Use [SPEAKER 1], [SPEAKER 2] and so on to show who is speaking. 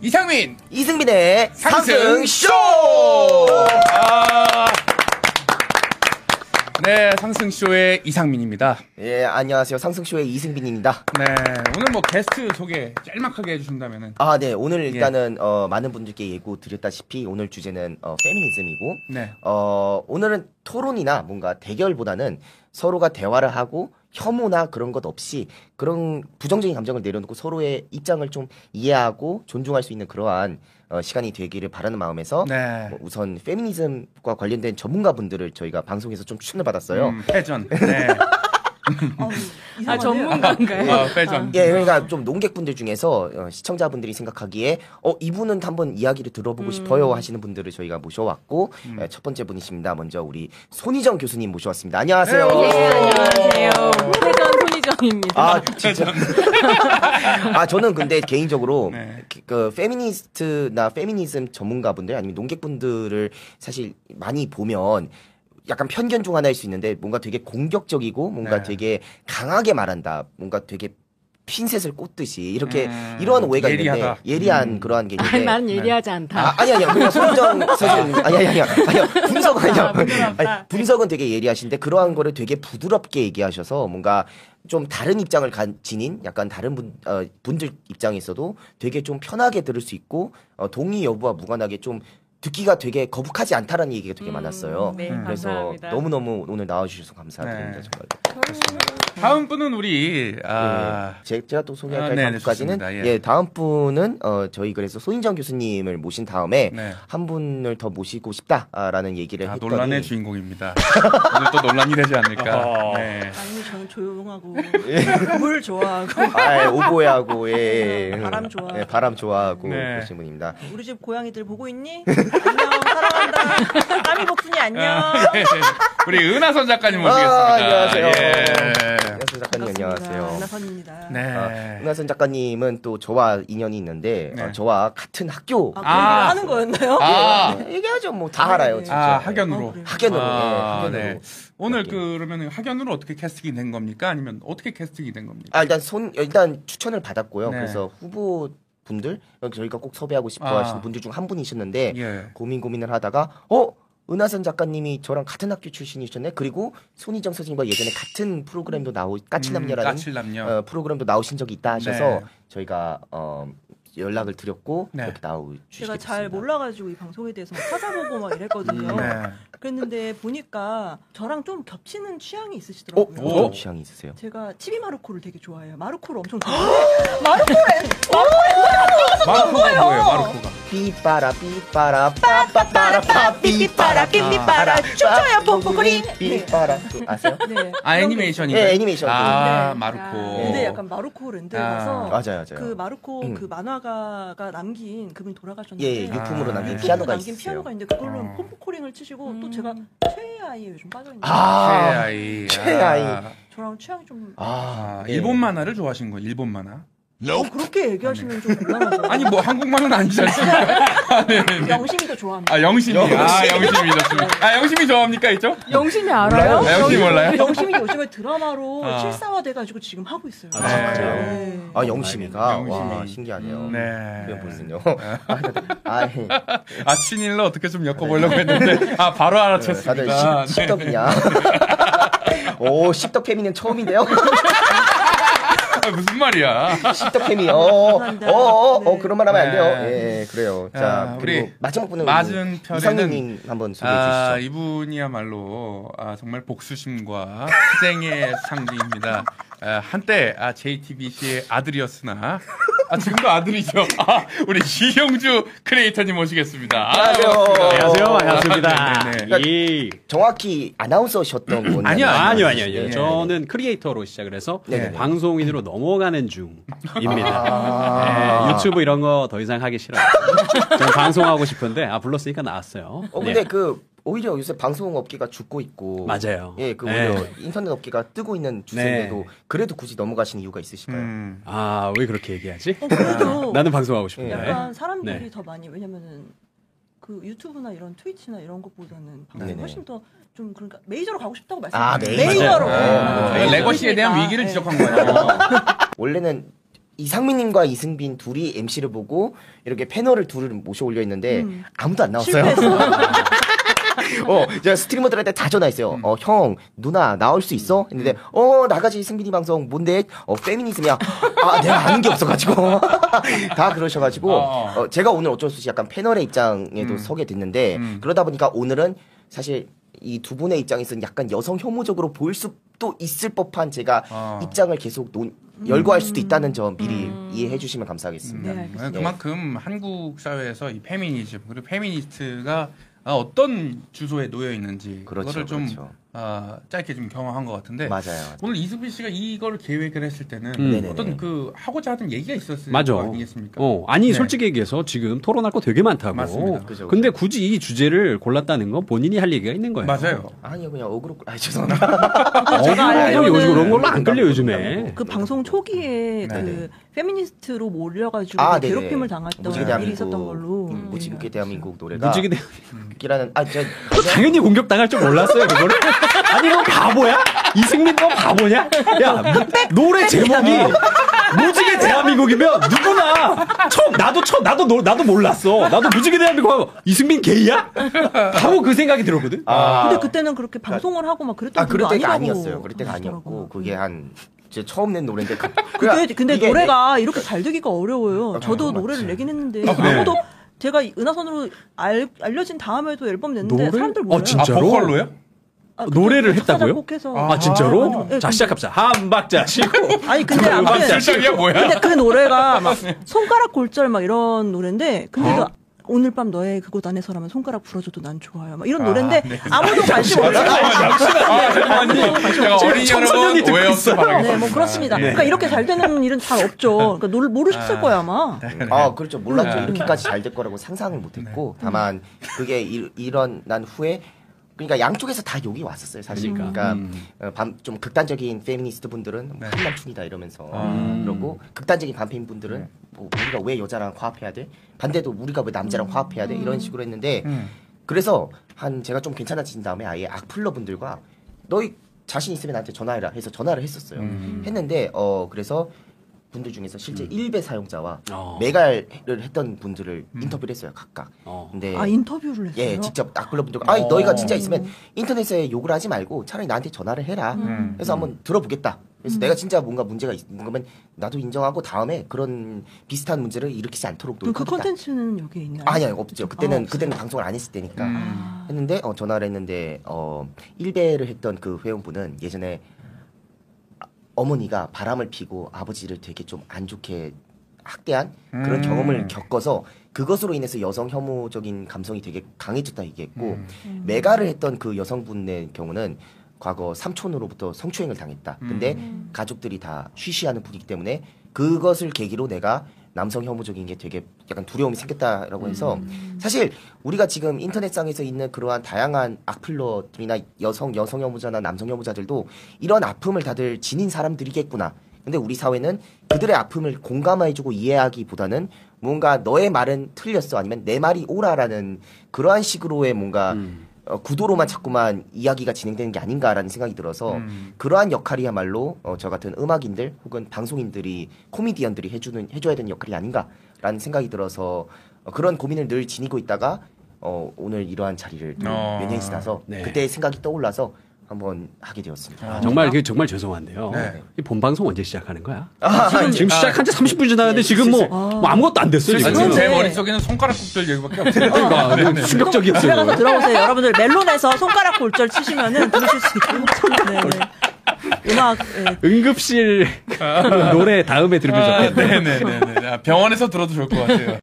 [SPEAKER 1] 이상민
[SPEAKER 2] 이승민의 상승쇼!
[SPEAKER 1] 아. 네, 상승쇼의 이상민입니다.
[SPEAKER 2] 예, 안녕하세요. 상승쇼의 이승빈입니다.
[SPEAKER 1] 네, 오늘 뭐 게스트 소개 짤막하게 해주신다면은.
[SPEAKER 2] 아, 네. 오늘 일단은 어, 많은 분들께 예고 드렸다시피 오늘 주제는 어, 페미니즘이고
[SPEAKER 1] 네.
[SPEAKER 2] 어, 오늘은 토론이나 뭔가 대결보다는 서로가 대화를 하고 혐오나 그런 것 없이 그런 부정적인 감정을 내려놓고 서로의 입장을 좀 이해하고 존중할 수 있는 그러한 어, 시간이 되기를 바라는 마음에서
[SPEAKER 1] 네.
[SPEAKER 2] 뭐 우선 페미니즘과 관련된 전문가분들을 저희가 방송에서 좀 추천을 받았어요.
[SPEAKER 1] 음, 패전. 네.
[SPEAKER 3] 아 전문가인가요?
[SPEAKER 1] 어, 패전.
[SPEAKER 2] 예, 그러니까 좀 농객분들 중에서 어, 시청자분들이 생각하기에 어 이분은 한번 이야기를 들어보고 싶어요 하시는 분들을 저희가 모셔왔고 예, 첫 번째 분이십니다. 먼저 우리 손희정 교수님 모셔왔습니다. 안녕하세요.
[SPEAKER 1] 네,
[SPEAKER 3] 네, 안녕하세요. 회전 손희정입니다.
[SPEAKER 2] 어. 아 진짜. 아 저는 근데 개인적으로
[SPEAKER 1] 네.
[SPEAKER 2] 그- 그 페미니스트나 페미니즘 전문가분들 아니면 농객분들을 사실 많이 보면. 약간 편견 중 하나일 수 있는데 뭔가 되게 공격적이고
[SPEAKER 1] 네.
[SPEAKER 2] 뭔가 되게 강하게 말한다 뭔가 되게 핀셋을 꽂듯이 이렇게
[SPEAKER 1] 음,
[SPEAKER 2] 이러한 오해가 있는데
[SPEAKER 1] 예리하다. 음.
[SPEAKER 2] 예리한 그러한 게
[SPEAKER 3] 아,
[SPEAKER 2] 있는데
[SPEAKER 3] 난 예리하지 않다.
[SPEAKER 2] 아, 아니 아니요. 그냥 손정 선생님. 아니 아니 아니요. 아니요. 분석 아니요.
[SPEAKER 3] 부끄럽다.
[SPEAKER 2] 아니, 분석은 되게 예리하신데 그러한 거를 되게 부드럽게 얘기하셔서 뭔가 좀 다른 입장을 간, 지닌 약간 다른 분 어, 분들 입장에서도 되게 좀 편하게 들을 수 있고 어, 동의 여부와 무관하게 좀 듣기가 되게 거북하지 않다라는 얘기가 되게 많았어요.
[SPEAKER 3] 네,
[SPEAKER 2] 그래서
[SPEAKER 3] 감사합니다.
[SPEAKER 2] 너무너무 오늘 나와주셔서 감사드립니다.
[SPEAKER 1] 네.
[SPEAKER 2] 정말.
[SPEAKER 1] 다음 분은 우리, 아.
[SPEAKER 2] 예. 제, 제가 또
[SPEAKER 1] 아,
[SPEAKER 2] 소개할
[SPEAKER 1] 네,
[SPEAKER 2] 다음
[SPEAKER 1] 네,
[SPEAKER 2] 분까지는
[SPEAKER 1] 좋습니다.
[SPEAKER 2] 예.
[SPEAKER 1] 예.
[SPEAKER 2] 다음 분은 어, 저희 그래서 소인정 교수님을 모신 다음에
[SPEAKER 1] 네.
[SPEAKER 2] 한 분을 더 모시고 싶다라는 얘기를
[SPEAKER 1] 아,
[SPEAKER 2] 했더니
[SPEAKER 1] 논란의 주인공입니다. 오늘 또 논란이 되지 않을까. 네.
[SPEAKER 4] 아니 저는 조용하고
[SPEAKER 2] 예.
[SPEAKER 4] 물 좋아하고
[SPEAKER 2] 아, 예, 오보야고 예, 예, 예.
[SPEAKER 4] 바람 좋아하고.
[SPEAKER 2] 예, 바람 좋아하고
[SPEAKER 1] 네.
[SPEAKER 2] 그러신 분입니다.
[SPEAKER 4] 우리 집 고양이들 보고 있니? 안녕 사랑한다 까미 복순이 안녕
[SPEAKER 1] 아, 네. 우리 은하선 작가님 모시겠습니다.
[SPEAKER 2] 아, 안녕하세요.
[SPEAKER 1] 예.
[SPEAKER 2] 은하선 작가님 안녕하세요.
[SPEAKER 4] 나선입니다
[SPEAKER 1] 네.
[SPEAKER 2] 아, 은하선 작가님은 또 저와 인연이 있는데
[SPEAKER 1] 네.
[SPEAKER 2] 어, 저와 같은 학교
[SPEAKER 4] 아, 그런
[SPEAKER 1] 아.
[SPEAKER 4] 걸 하는 거였나요?
[SPEAKER 1] 아.
[SPEAKER 2] 예, 얘기하죠 뭐 다 알아요
[SPEAKER 4] 네.
[SPEAKER 2] 진짜.
[SPEAKER 1] 아, 학연으로.
[SPEAKER 4] 어, 그래요?
[SPEAKER 2] 학연으로.
[SPEAKER 1] 아,
[SPEAKER 2] 예, 학연으로.
[SPEAKER 1] 네. 오늘
[SPEAKER 2] 이렇게.
[SPEAKER 1] 그러면 학연으로 어떻게 캐스팅이 된 겁니까? 아니면 어떻게 캐스팅이 된 겁니까?
[SPEAKER 2] 아 일단 손 일단 추천을 받았고요.
[SPEAKER 1] 네.
[SPEAKER 2] 그래서 후보 분들 저희가 꼭 섭외하고 싶어
[SPEAKER 1] 아.
[SPEAKER 2] 하시는 분들 중 한 분이셨는데
[SPEAKER 1] 예.
[SPEAKER 2] 고민 고민을 하다가 어 은하선 작가님이 저랑 같은 학교 출신이셨네. 그리고 손희정 선생님과 예전에 같은 프로그램도 나오 까칠남녀라는
[SPEAKER 1] 음, 까칠남녀.
[SPEAKER 2] 어, 프로그램도 나오신 적이 있다 하셔서
[SPEAKER 1] 네.
[SPEAKER 2] 저희가 어, 연락을 드렸고
[SPEAKER 1] 네.
[SPEAKER 2] 이렇게 나오시게
[SPEAKER 4] 제가 잘
[SPEAKER 2] 됐습니다.
[SPEAKER 4] 몰라가지고 이 방송에 대해서 막 찾아보고 막 이랬거든요
[SPEAKER 1] 네.
[SPEAKER 4] 그랬는데 보니까 저랑 좀 겹치는 취향이
[SPEAKER 2] 어,
[SPEAKER 4] 있으시더라고요
[SPEAKER 1] 오.
[SPEAKER 2] 어떤 취향이 있으세요?
[SPEAKER 4] 제가 치비 마르코를 되게 좋아해요 마르코를 엄청 좋아해요 마르코를
[SPEAKER 1] 마르코가 뭐예요? 마르코가.
[SPEAKER 2] 삐빠라 삐빠라 빠빠빠라 빠 삐빠라
[SPEAKER 4] 삐삐빠라 춤춰요 뽕뽕꾸리 네.
[SPEAKER 2] 삐빠라 아세요?
[SPEAKER 4] 네.
[SPEAKER 1] 아 애니메이션이.
[SPEAKER 2] 네, 애니메이션.
[SPEAKER 1] 아
[SPEAKER 4] 네.
[SPEAKER 1] 마르코.
[SPEAKER 4] 근데 약간 마르코 랜드라서
[SPEAKER 2] 맞아요, 맞아요.
[SPEAKER 4] 그 마르코
[SPEAKER 2] 음.
[SPEAKER 4] 그 만화가가 남긴 그분이 돌아가셨는데
[SPEAKER 2] 예, 예, 유품으로
[SPEAKER 1] 아.
[SPEAKER 2] 남긴
[SPEAKER 1] 유품으로
[SPEAKER 2] 피아노가
[SPEAKER 4] 남긴
[SPEAKER 2] 있어요.
[SPEAKER 4] 피아노가 있는데 그걸로
[SPEAKER 1] 어.
[SPEAKER 4] 폼포코링을 치시고
[SPEAKER 1] 음.
[SPEAKER 4] 또 제가 최애아이에 요즘 빠져 있는데
[SPEAKER 2] 아,
[SPEAKER 1] 최아이.
[SPEAKER 2] 최아이.
[SPEAKER 1] 아,
[SPEAKER 4] 저랑 취향이 좀
[SPEAKER 2] 아,
[SPEAKER 1] 아,
[SPEAKER 2] 예.
[SPEAKER 1] 일본 만화를 좋아하신 거예요? 일본 만화?
[SPEAKER 4] 어, 그렇게 얘기하시면 좀 곤란하죠.
[SPEAKER 1] 아니 뭐 한국 만화는 아니지 않습니까?
[SPEAKER 4] 영심이 더 좋아합니다.
[SPEAKER 1] 아 영심이. 아 영심이 좋습니다. 아 영심이 좋아합니까 있죠?
[SPEAKER 3] 영심이 알아요?
[SPEAKER 1] 아, 영심이 몰라요?
[SPEAKER 4] 영심이 요즘에 드라마로
[SPEAKER 1] 아.
[SPEAKER 4] 실사화돼가지고 지금 하고 있어요.
[SPEAKER 1] 아, 진짜요?
[SPEAKER 4] 네.
[SPEAKER 2] 아 영심이가
[SPEAKER 1] 영심이.
[SPEAKER 2] 와 신기하네요.
[SPEAKER 1] 네.
[SPEAKER 2] 그게 무슨요? 아, 예.
[SPEAKER 1] 아 친일로 어떻게 좀 엮어보려고 했는데 아 바로
[SPEAKER 2] 다들
[SPEAKER 1] 알아챘습니다.
[SPEAKER 2] 십- 십덕이냐? 오, 십덕 케미는 처음인데요?
[SPEAKER 1] 아, 무슨 말이야?
[SPEAKER 2] 십덕 케미. 어, 어, 어,
[SPEAKER 4] 감사합니다.
[SPEAKER 2] 어,
[SPEAKER 4] 네.
[SPEAKER 2] 그런 말 하면 안 돼요.
[SPEAKER 1] 네.
[SPEAKER 2] 예, 그래요.
[SPEAKER 1] 아,
[SPEAKER 2] 자, 그리고
[SPEAKER 1] 우리
[SPEAKER 2] 마지막 분은
[SPEAKER 1] 맞은 편에는-
[SPEAKER 2] 이상민님 한번 소개해
[SPEAKER 1] 아,
[SPEAKER 2] 주시죠.
[SPEAKER 1] 이분이야말로 아, 정말 복수심과 희생의 상징입니다. 아, 한때 아, JTBC의 아들이었으나 아, 지금도 아들이죠. 아, 우리 이형주 크리에이터님 모시겠습니다. 아,
[SPEAKER 5] 안녕하세요.
[SPEAKER 1] 아, 네,
[SPEAKER 5] 반갑습니다. 이
[SPEAKER 2] 정확히 아나운서셨던 분.
[SPEAKER 1] 아니요,
[SPEAKER 5] 아니요, 아니요, 아니요.
[SPEAKER 1] 예.
[SPEAKER 5] 저는 크리에이터로 시작을 해서
[SPEAKER 2] 네네네.
[SPEAKER 5] 방송인으로 넘어가는 중입니다.
[SPEAKER 2] 아,
[SPEAKER 5] 예, 유튜브 이런 거 더 이상 하기 싫어요. 저는 방송하고 싶은데 아 불렀으니까 나왔어요.
[SPEAKER 2] 어, 근데
[SPEAKER 5] 예,
[SPEAKER 2] 그 오히려 요새 방송 업계가 죽고 있고.
[SPEAKER 5] 맞아요.
[SPEAKER 2] 예, 그
[SPEAKER 5] 예.
[SPEAKER 2] 오히려 인터넷 업계가 뜨고 있는 주세인데도
[SPEAKER 5] 네.
[SPEAKER 2] 그래도 굳이 넘어가신 이유가 있으실까요?
[SPEAKER 1] 음,
[SPEAKER 5] 아, 왜 그렇게 얘기하지?
[SPEAKER 4] 어, 그래도
[SPEAKER 5] 나는 방송하고 싶은데.
[SPEAKER 4] 약간 사람들이
[SPEAKER 5] 네.
[SPEAKER 4] 더 많이 왜냐면은 그 유튜브나 이런 트위치나 이런 것보다는 방송이
[SPEAKER 2] 네네.
[SPEAKER 4] 훨씬 더 좀 그러니까 메이저로 가고 싶다고
[SPEAKER 2] 아,
[SPEAKER 4] 말씀하셨어요.
[SPEAKER 2] 메이저.
[SPEAKER 4] 메이저로.
[SPEAKER 2] 네.
[SPEAKER 1] 아,
[SPEAKER 2] 네.
[SPEAKER 1] 레거시에 대한
[SPEAKER 4] 그러니까,
[SPEAKER 1] 위기를
[SPEAKER 4] 네.
[SPEAKER 1] 지적한 거예요.
[SPEAKER 2] 원래는 이상민님과 이승빈 둘이 MC를 보고 이렇게 패널을 둘을 모셔 올려있는데 아무도 안 나왔어요. 어, 제가 스트리머들한테 다 전화했어요.
[SPEAKER 1] 음.
[SPEAKER 2] 어, 형, 누나, 나올 수 있어? 했는데, 어, 나가지, 승빈이 방송, 뭔데? 어, 페미니즘이야. 아, 내가 아는 게 없어가지고. 다 그러셔가지고,
[SPEAKER 1] 어. 음.
[SPEAKER 2] 어, 제가 오늘 어쩔 수 없이 약간 패널의 입장에도 서게 됐는데, 그러다 보니까 오늘은 사실 이 두 분의 입장에서는 약간 여성 혐오적으로 보일 수도 있을 법한 제가
[SPEAKER 1] 어. 음.
[SPEAKER 2] 입장을 계속 논, 열거할 수도 있다는 점 미리 이해해 주시면 감사하겠습니다.
[SPEAKER 4] 네,
[SPEAKER 1] 네, 그만큼 한국 사회에서 이 페미니즘 그리고 페미니스트가 아, 어떤 주소에 놓여 있는지 그
[SPEAKER 2] 그렇죠,
[SPEAKER 1] 거를좀
[SPEAKER 2] 그렇죠.
[SPEAKER 1] 아, 짧게 좀 경험한 것 같은데
[SPEAKER 2] 맞아요.
[SPEAKER 1] 오늘 이수빈 씨가 이걸 계획을 했을 때는
[SPEAKER 2] 네네네.
[SPEAKER 1] 어떤 그 하고자 하던 얘기가 있었을
[SPEAKER 5] 맞아.
[SPEAKER 1] 거 아니겠습니까?
[SPEAKER 5] 어, 아니
[SPEAKER 1] 네.
[SPEAKER 5] 솔직히 얘기해서 지금 토론할 거 되게 많다고.
[SPEAKER 1] 맞습니다.
[SPEAKER 2] 그죠,
[SPEAKER 5] 근데 굳이 이 주제를 골랐다는 건 본인이 할 얘기가 있는 거예요.
[SPEAKER 1] 맞아요.
[SPEAKER 2] 아니요, 그냥 어그로, 아, 죄송합니다.
[SPEAKER 5] 어,
[SPEAKER 4] 제가
[SPEAKER 5] 요
[SPEAKER 4] 알기로는
[SPEAKER 5] 요즘 그런 걸로 안 끌려 요즘에.
[SPEAKER 4] 그 방송 초기에
[SPEAKER 1] 네.
[SPEAKER 4] 그 페미니스트로 몰려가지고 뭐
[SPEAKER 2] 아, 네네.
[SPEAKER 4] 괴롭힘을 당했던
[SPEAKER 2] 무지개
[SPEAKER 4] 일이
[SPEAKER 2] 대한민국,
[SPEAKER 4] 있었던 걸로
[SPEAKER 2] 음, 무지개 대한민국 노래가
[SPEAKER 5] 무지개 대
[SPEAKER 2] 이라는 아 제가
[SPEAKER 5] 당연히 공격당할 줄 몰랐어요, 그거를. 아니, 너 바보야? 이승민 너 바보냐? 야, 노래 제목이 무지개 대한민국이면 누구나 처음, 나도 처음, 나도, 노- 나도 몰랐어. 나도 무지개 대한민국 하고 이승민 게이야? 바로 그 생각이 들었거든?
[SPEAKER 2] 아,
[SPEAKER 4] 근데 그때는 그렇게 방송을 하고 막 그랬던
[SPEAKER 2] 아 그럴
[SPEAKER 4] 분도
[SPEAKER 2] 때가
[SPEAKER 4] 아니라고
[SPEAKER 2] 아니었어요. 그럴 때가 아니었고
[SPEAKER 4] 하시더라고요.
[SPEAKER 2] 그게 한제 처음 낸 노래인데 그,
[SPEAKER 4] 그때 근데
[SPEAKER 2] 이게 그
[SPEAKER 4] 노래가 이렇게 잘 되기가 어려워요.
[SPEAKER 2] 아,
[SPEAKER 4] 저도
[SPEAKER 2] 맞지.
[SPEAKER 4] 노래를 내긴 했는데
[SPEAKER 1] 아,
[SPEAKER 5] 네.
[SPEAKER 1] 그래요?
[SPEAKER 4] 아무도 제가 이 은하선으로 알, 알려진 다음에도 앨범 냈는데
[SPEAKER 5] 노래?
[SPEAKER 4] 사람들
[SPEAKER 5] 어,
[SPEAKER 4] 몰라요.
[SPEAKER 1] 아
[SPEAKER 5] 진짜로?
[SPEAKER 1] 보컬로요?
[SPEAKER 4] 아,
[SPEAKER 5] 노래를
[SPEAKER 4] 작사,
[SPEAKER 5] 했다고요?
[SPEAKER 4] 작곡해서.
[SPEAKER 5] 아,
[SPEAKER 4] 아,
[SPEAKER 5] 진짜로?
[SPEAKER 4] 네, 근데-
[SPEAKER 5] 자, 시작합시다. 한 박자 쉬고.
[SPEAKER 4] 아니 근데
[SPEAKER 1] 음악
[SPEAKER 4] 아무튼
[SPEAKER 1] 실력이야 뭐야?
[SPEAKER 4] 근데 그 노래가 막 손가락 골절 막 이런 노래인데 근데 그 오늘 밤 너의 그곳 안에서라면 손가락 부러져도 난 좋아요 막 이런 노래인데 아무도 관심 없어요.
[SPEAKER 1] 아, 잠깐만요. 제가 어린
[SPEAKER 5] 청소년이
[SPEAKER 1] 여러분
[SPEAKER 5] 듣고
[SPEAKER 1] 오해없어
[SPEAKER 5] 있어요.
[SPEAKER 1] 바라겠습니다.
[SPEAKER 4] 네, 뭐 그렇습니다.
[SPEAKER 1] 예.
[SPEAKER 4] 그러니까 이렇게 잘 되는 일은 잘 없죠. 그러니까 노를 모르셨을
[SPEAKER 1] 아.
[SPEAKER 4] 거야 아마.
[SPEAKER 2] 아 그렇죠 몰랐죠
[SPEAKER 1] 네.
[SPEAKER 2] 이렇게까지 잘 될 거라고 상상을 못했고 다만 그게 일, 일어난 후에 그러니까 양쪽에서 다 욕이 왔었어요 사실 그러니까, 어, 밤- 좀 극단적인 페미니스트 분들은 뭐 한남충이다 이러면서 그러고 극단적인 반페인 분들은 뭐 우리가 왜 여자랑 화합해야 돼 반대도 우리가 왜 남자랑 화합해야 돼 이런 식으로 했는데
[SPEAKER 1] 음.
[SPEAKER 2] 그래서 한 제가 좀 괜찮아진 다음에 아예 악플러 분들과 너희 자신 있으면 나한테 전화해라 해서 전화를 했었어요.
[SPEAKER 5] 음.
[SPEAKER 2] 했는데 어 그래서 분들 중에서 실제 일 1배 사용자와
[SPEAKER 5] 어. 음.
[SPEAKER 2] 매갈을 했던 분들을 인터뷰를 했어요 각각.
[SPEAKER 5] 어.
[SPEAKER 2] 근데
[SPEAKER 4] 아 인터뷰를 했어요. 음.
[SPEAKER 2] 예 직접 악플러 분들과 아
[SPEAKER 1] 어.
[SPEAKER 2] 너희가 진짜 있으면 인터넷에 욕을 하지 말고 차라리 나한테 전화를 해라.
[SPEAKER 1] 음.
[SPEAKER 2] 그래서 한번 들어보겠다. 그래서
[SPEAKER 4] 음.
[SPEAKER 2] 내가 진짜 뭔가 문제가 있는 거면 나도 인정하고 다음에 그런 비슷한 문제를 일으키지 않도록
[SPEAKER 4] 그럼 그
[SPEAKER 2] 노력하겠다.
[SPEAKER 4] 컨텐츠는 여기에 있나요?
[SPEAKER 2] 아니요 없죠.
[SPEAKER 4] 아,
[SPEAKER 2] 그때는
[SPEAKER 4] 없어요?
[SPEAKER 2] 그때는 방송을 안 했을 때니까
[SPEAKER 1] 음.
[SPEAKER 2] 했는데 어, 전화를 했는데 어 1배를 했던 그 회원분은 예전에 아- 어머니가 바람을 피고 아버지를 되게 좀 안 좋게 학대한 그런
[SPEAKER 1] 음.
[SPEAKER 2] 경험을 겪어서 그것으로 인해서 여성 혐오적인 감성이 되게 강해졌다 얘기했고 메가를 했던 그 여성분의 경우는 과거 삼촌으로부터 성추행을 당했다. 근데 가족들이 다 쉬쉬하는 분이기 때문에 그것을 계기로 내가 남성 혐오적인 게 되게 약간 두려움이 생겼다라고 해서 사실 우리가 지금 인터넷상에서 있는 그러한 다양한 악플러들이나 여성 여성 혐오자나 남성 혐오자들도 이런 아픔을 다들 지닌 사람들이겠구나. 근데 우리 사회는 그들의 아픔을 공감해주고 이해하기보다는 뭔가 너의 말은 틀렸어 아니면 내 말이 옳아라는 그러한 식으로의 뭔가
[SPEAKER 5] 음.
[SPEAKER 2] 어, 구도로만 자꾸만 이야기가 진행되는 게 아닌가라는 생각이 들어서
[SPEAKER 5] 음.
[SPEAKER 2] 그러한 역할이야말로 어, 저 같은 음악인들 혹은 방송인들이 코미디언들이 해주는 해줘야 되는 역할이 아닌가라는 생각이 들어서 어, 그런 고민을 늘 지니고 있다가 어, 오늘 이러한 자리를 또
[SPEAKER 1] 어.
[SPEAKER 2] 몇 년이 지나서
[SPEAKER 5] 네.
[SPEAKER 2] 그때 생각이 떠올라서 한번 하게 되었습니다.
[SPEAKER 5] 아, 정말 그 정말 죄송한데요.
[SPEAKER 1] 네.
[SPEAKER 5] 이 본방송 언제 시작하는 거야?
[SPEAKER 2] 아,
[SPEAKER 5] 지금 시작한 지 30분 지나는데 지금 뭐, 뭐 아무것도 안 됐어요.
[SPEAKER 1] 아,
[SPEAKER 5] 지금.
[SPEAKER 1] 지금 제
[SPEAKER 4] 네.
[SPEAKER 1] 머릿속에는 손가락 굽절 얘기밖에 없어요. 네,
[SPEAKER 5] 그러니까
[SPEAKER 1] 네.
[SPEAKER 4] 집에
[SPEAKER 5] 충격적이었어요.
[SPEAKER 4] 가서 들어보세요. 여러분들 멜론에서 손가락 골절 치시면은 들으실 수 있고. 네, 네. 음악 예.
[SPEAKER 5] 응급실 노래 다음에 들으면
[SPEAKER 1] 아,
[SPEAKER 5] 좋겠네.
[SPEAKER 1] 네네네. 병원에서 들어도 좋을 것 같아요.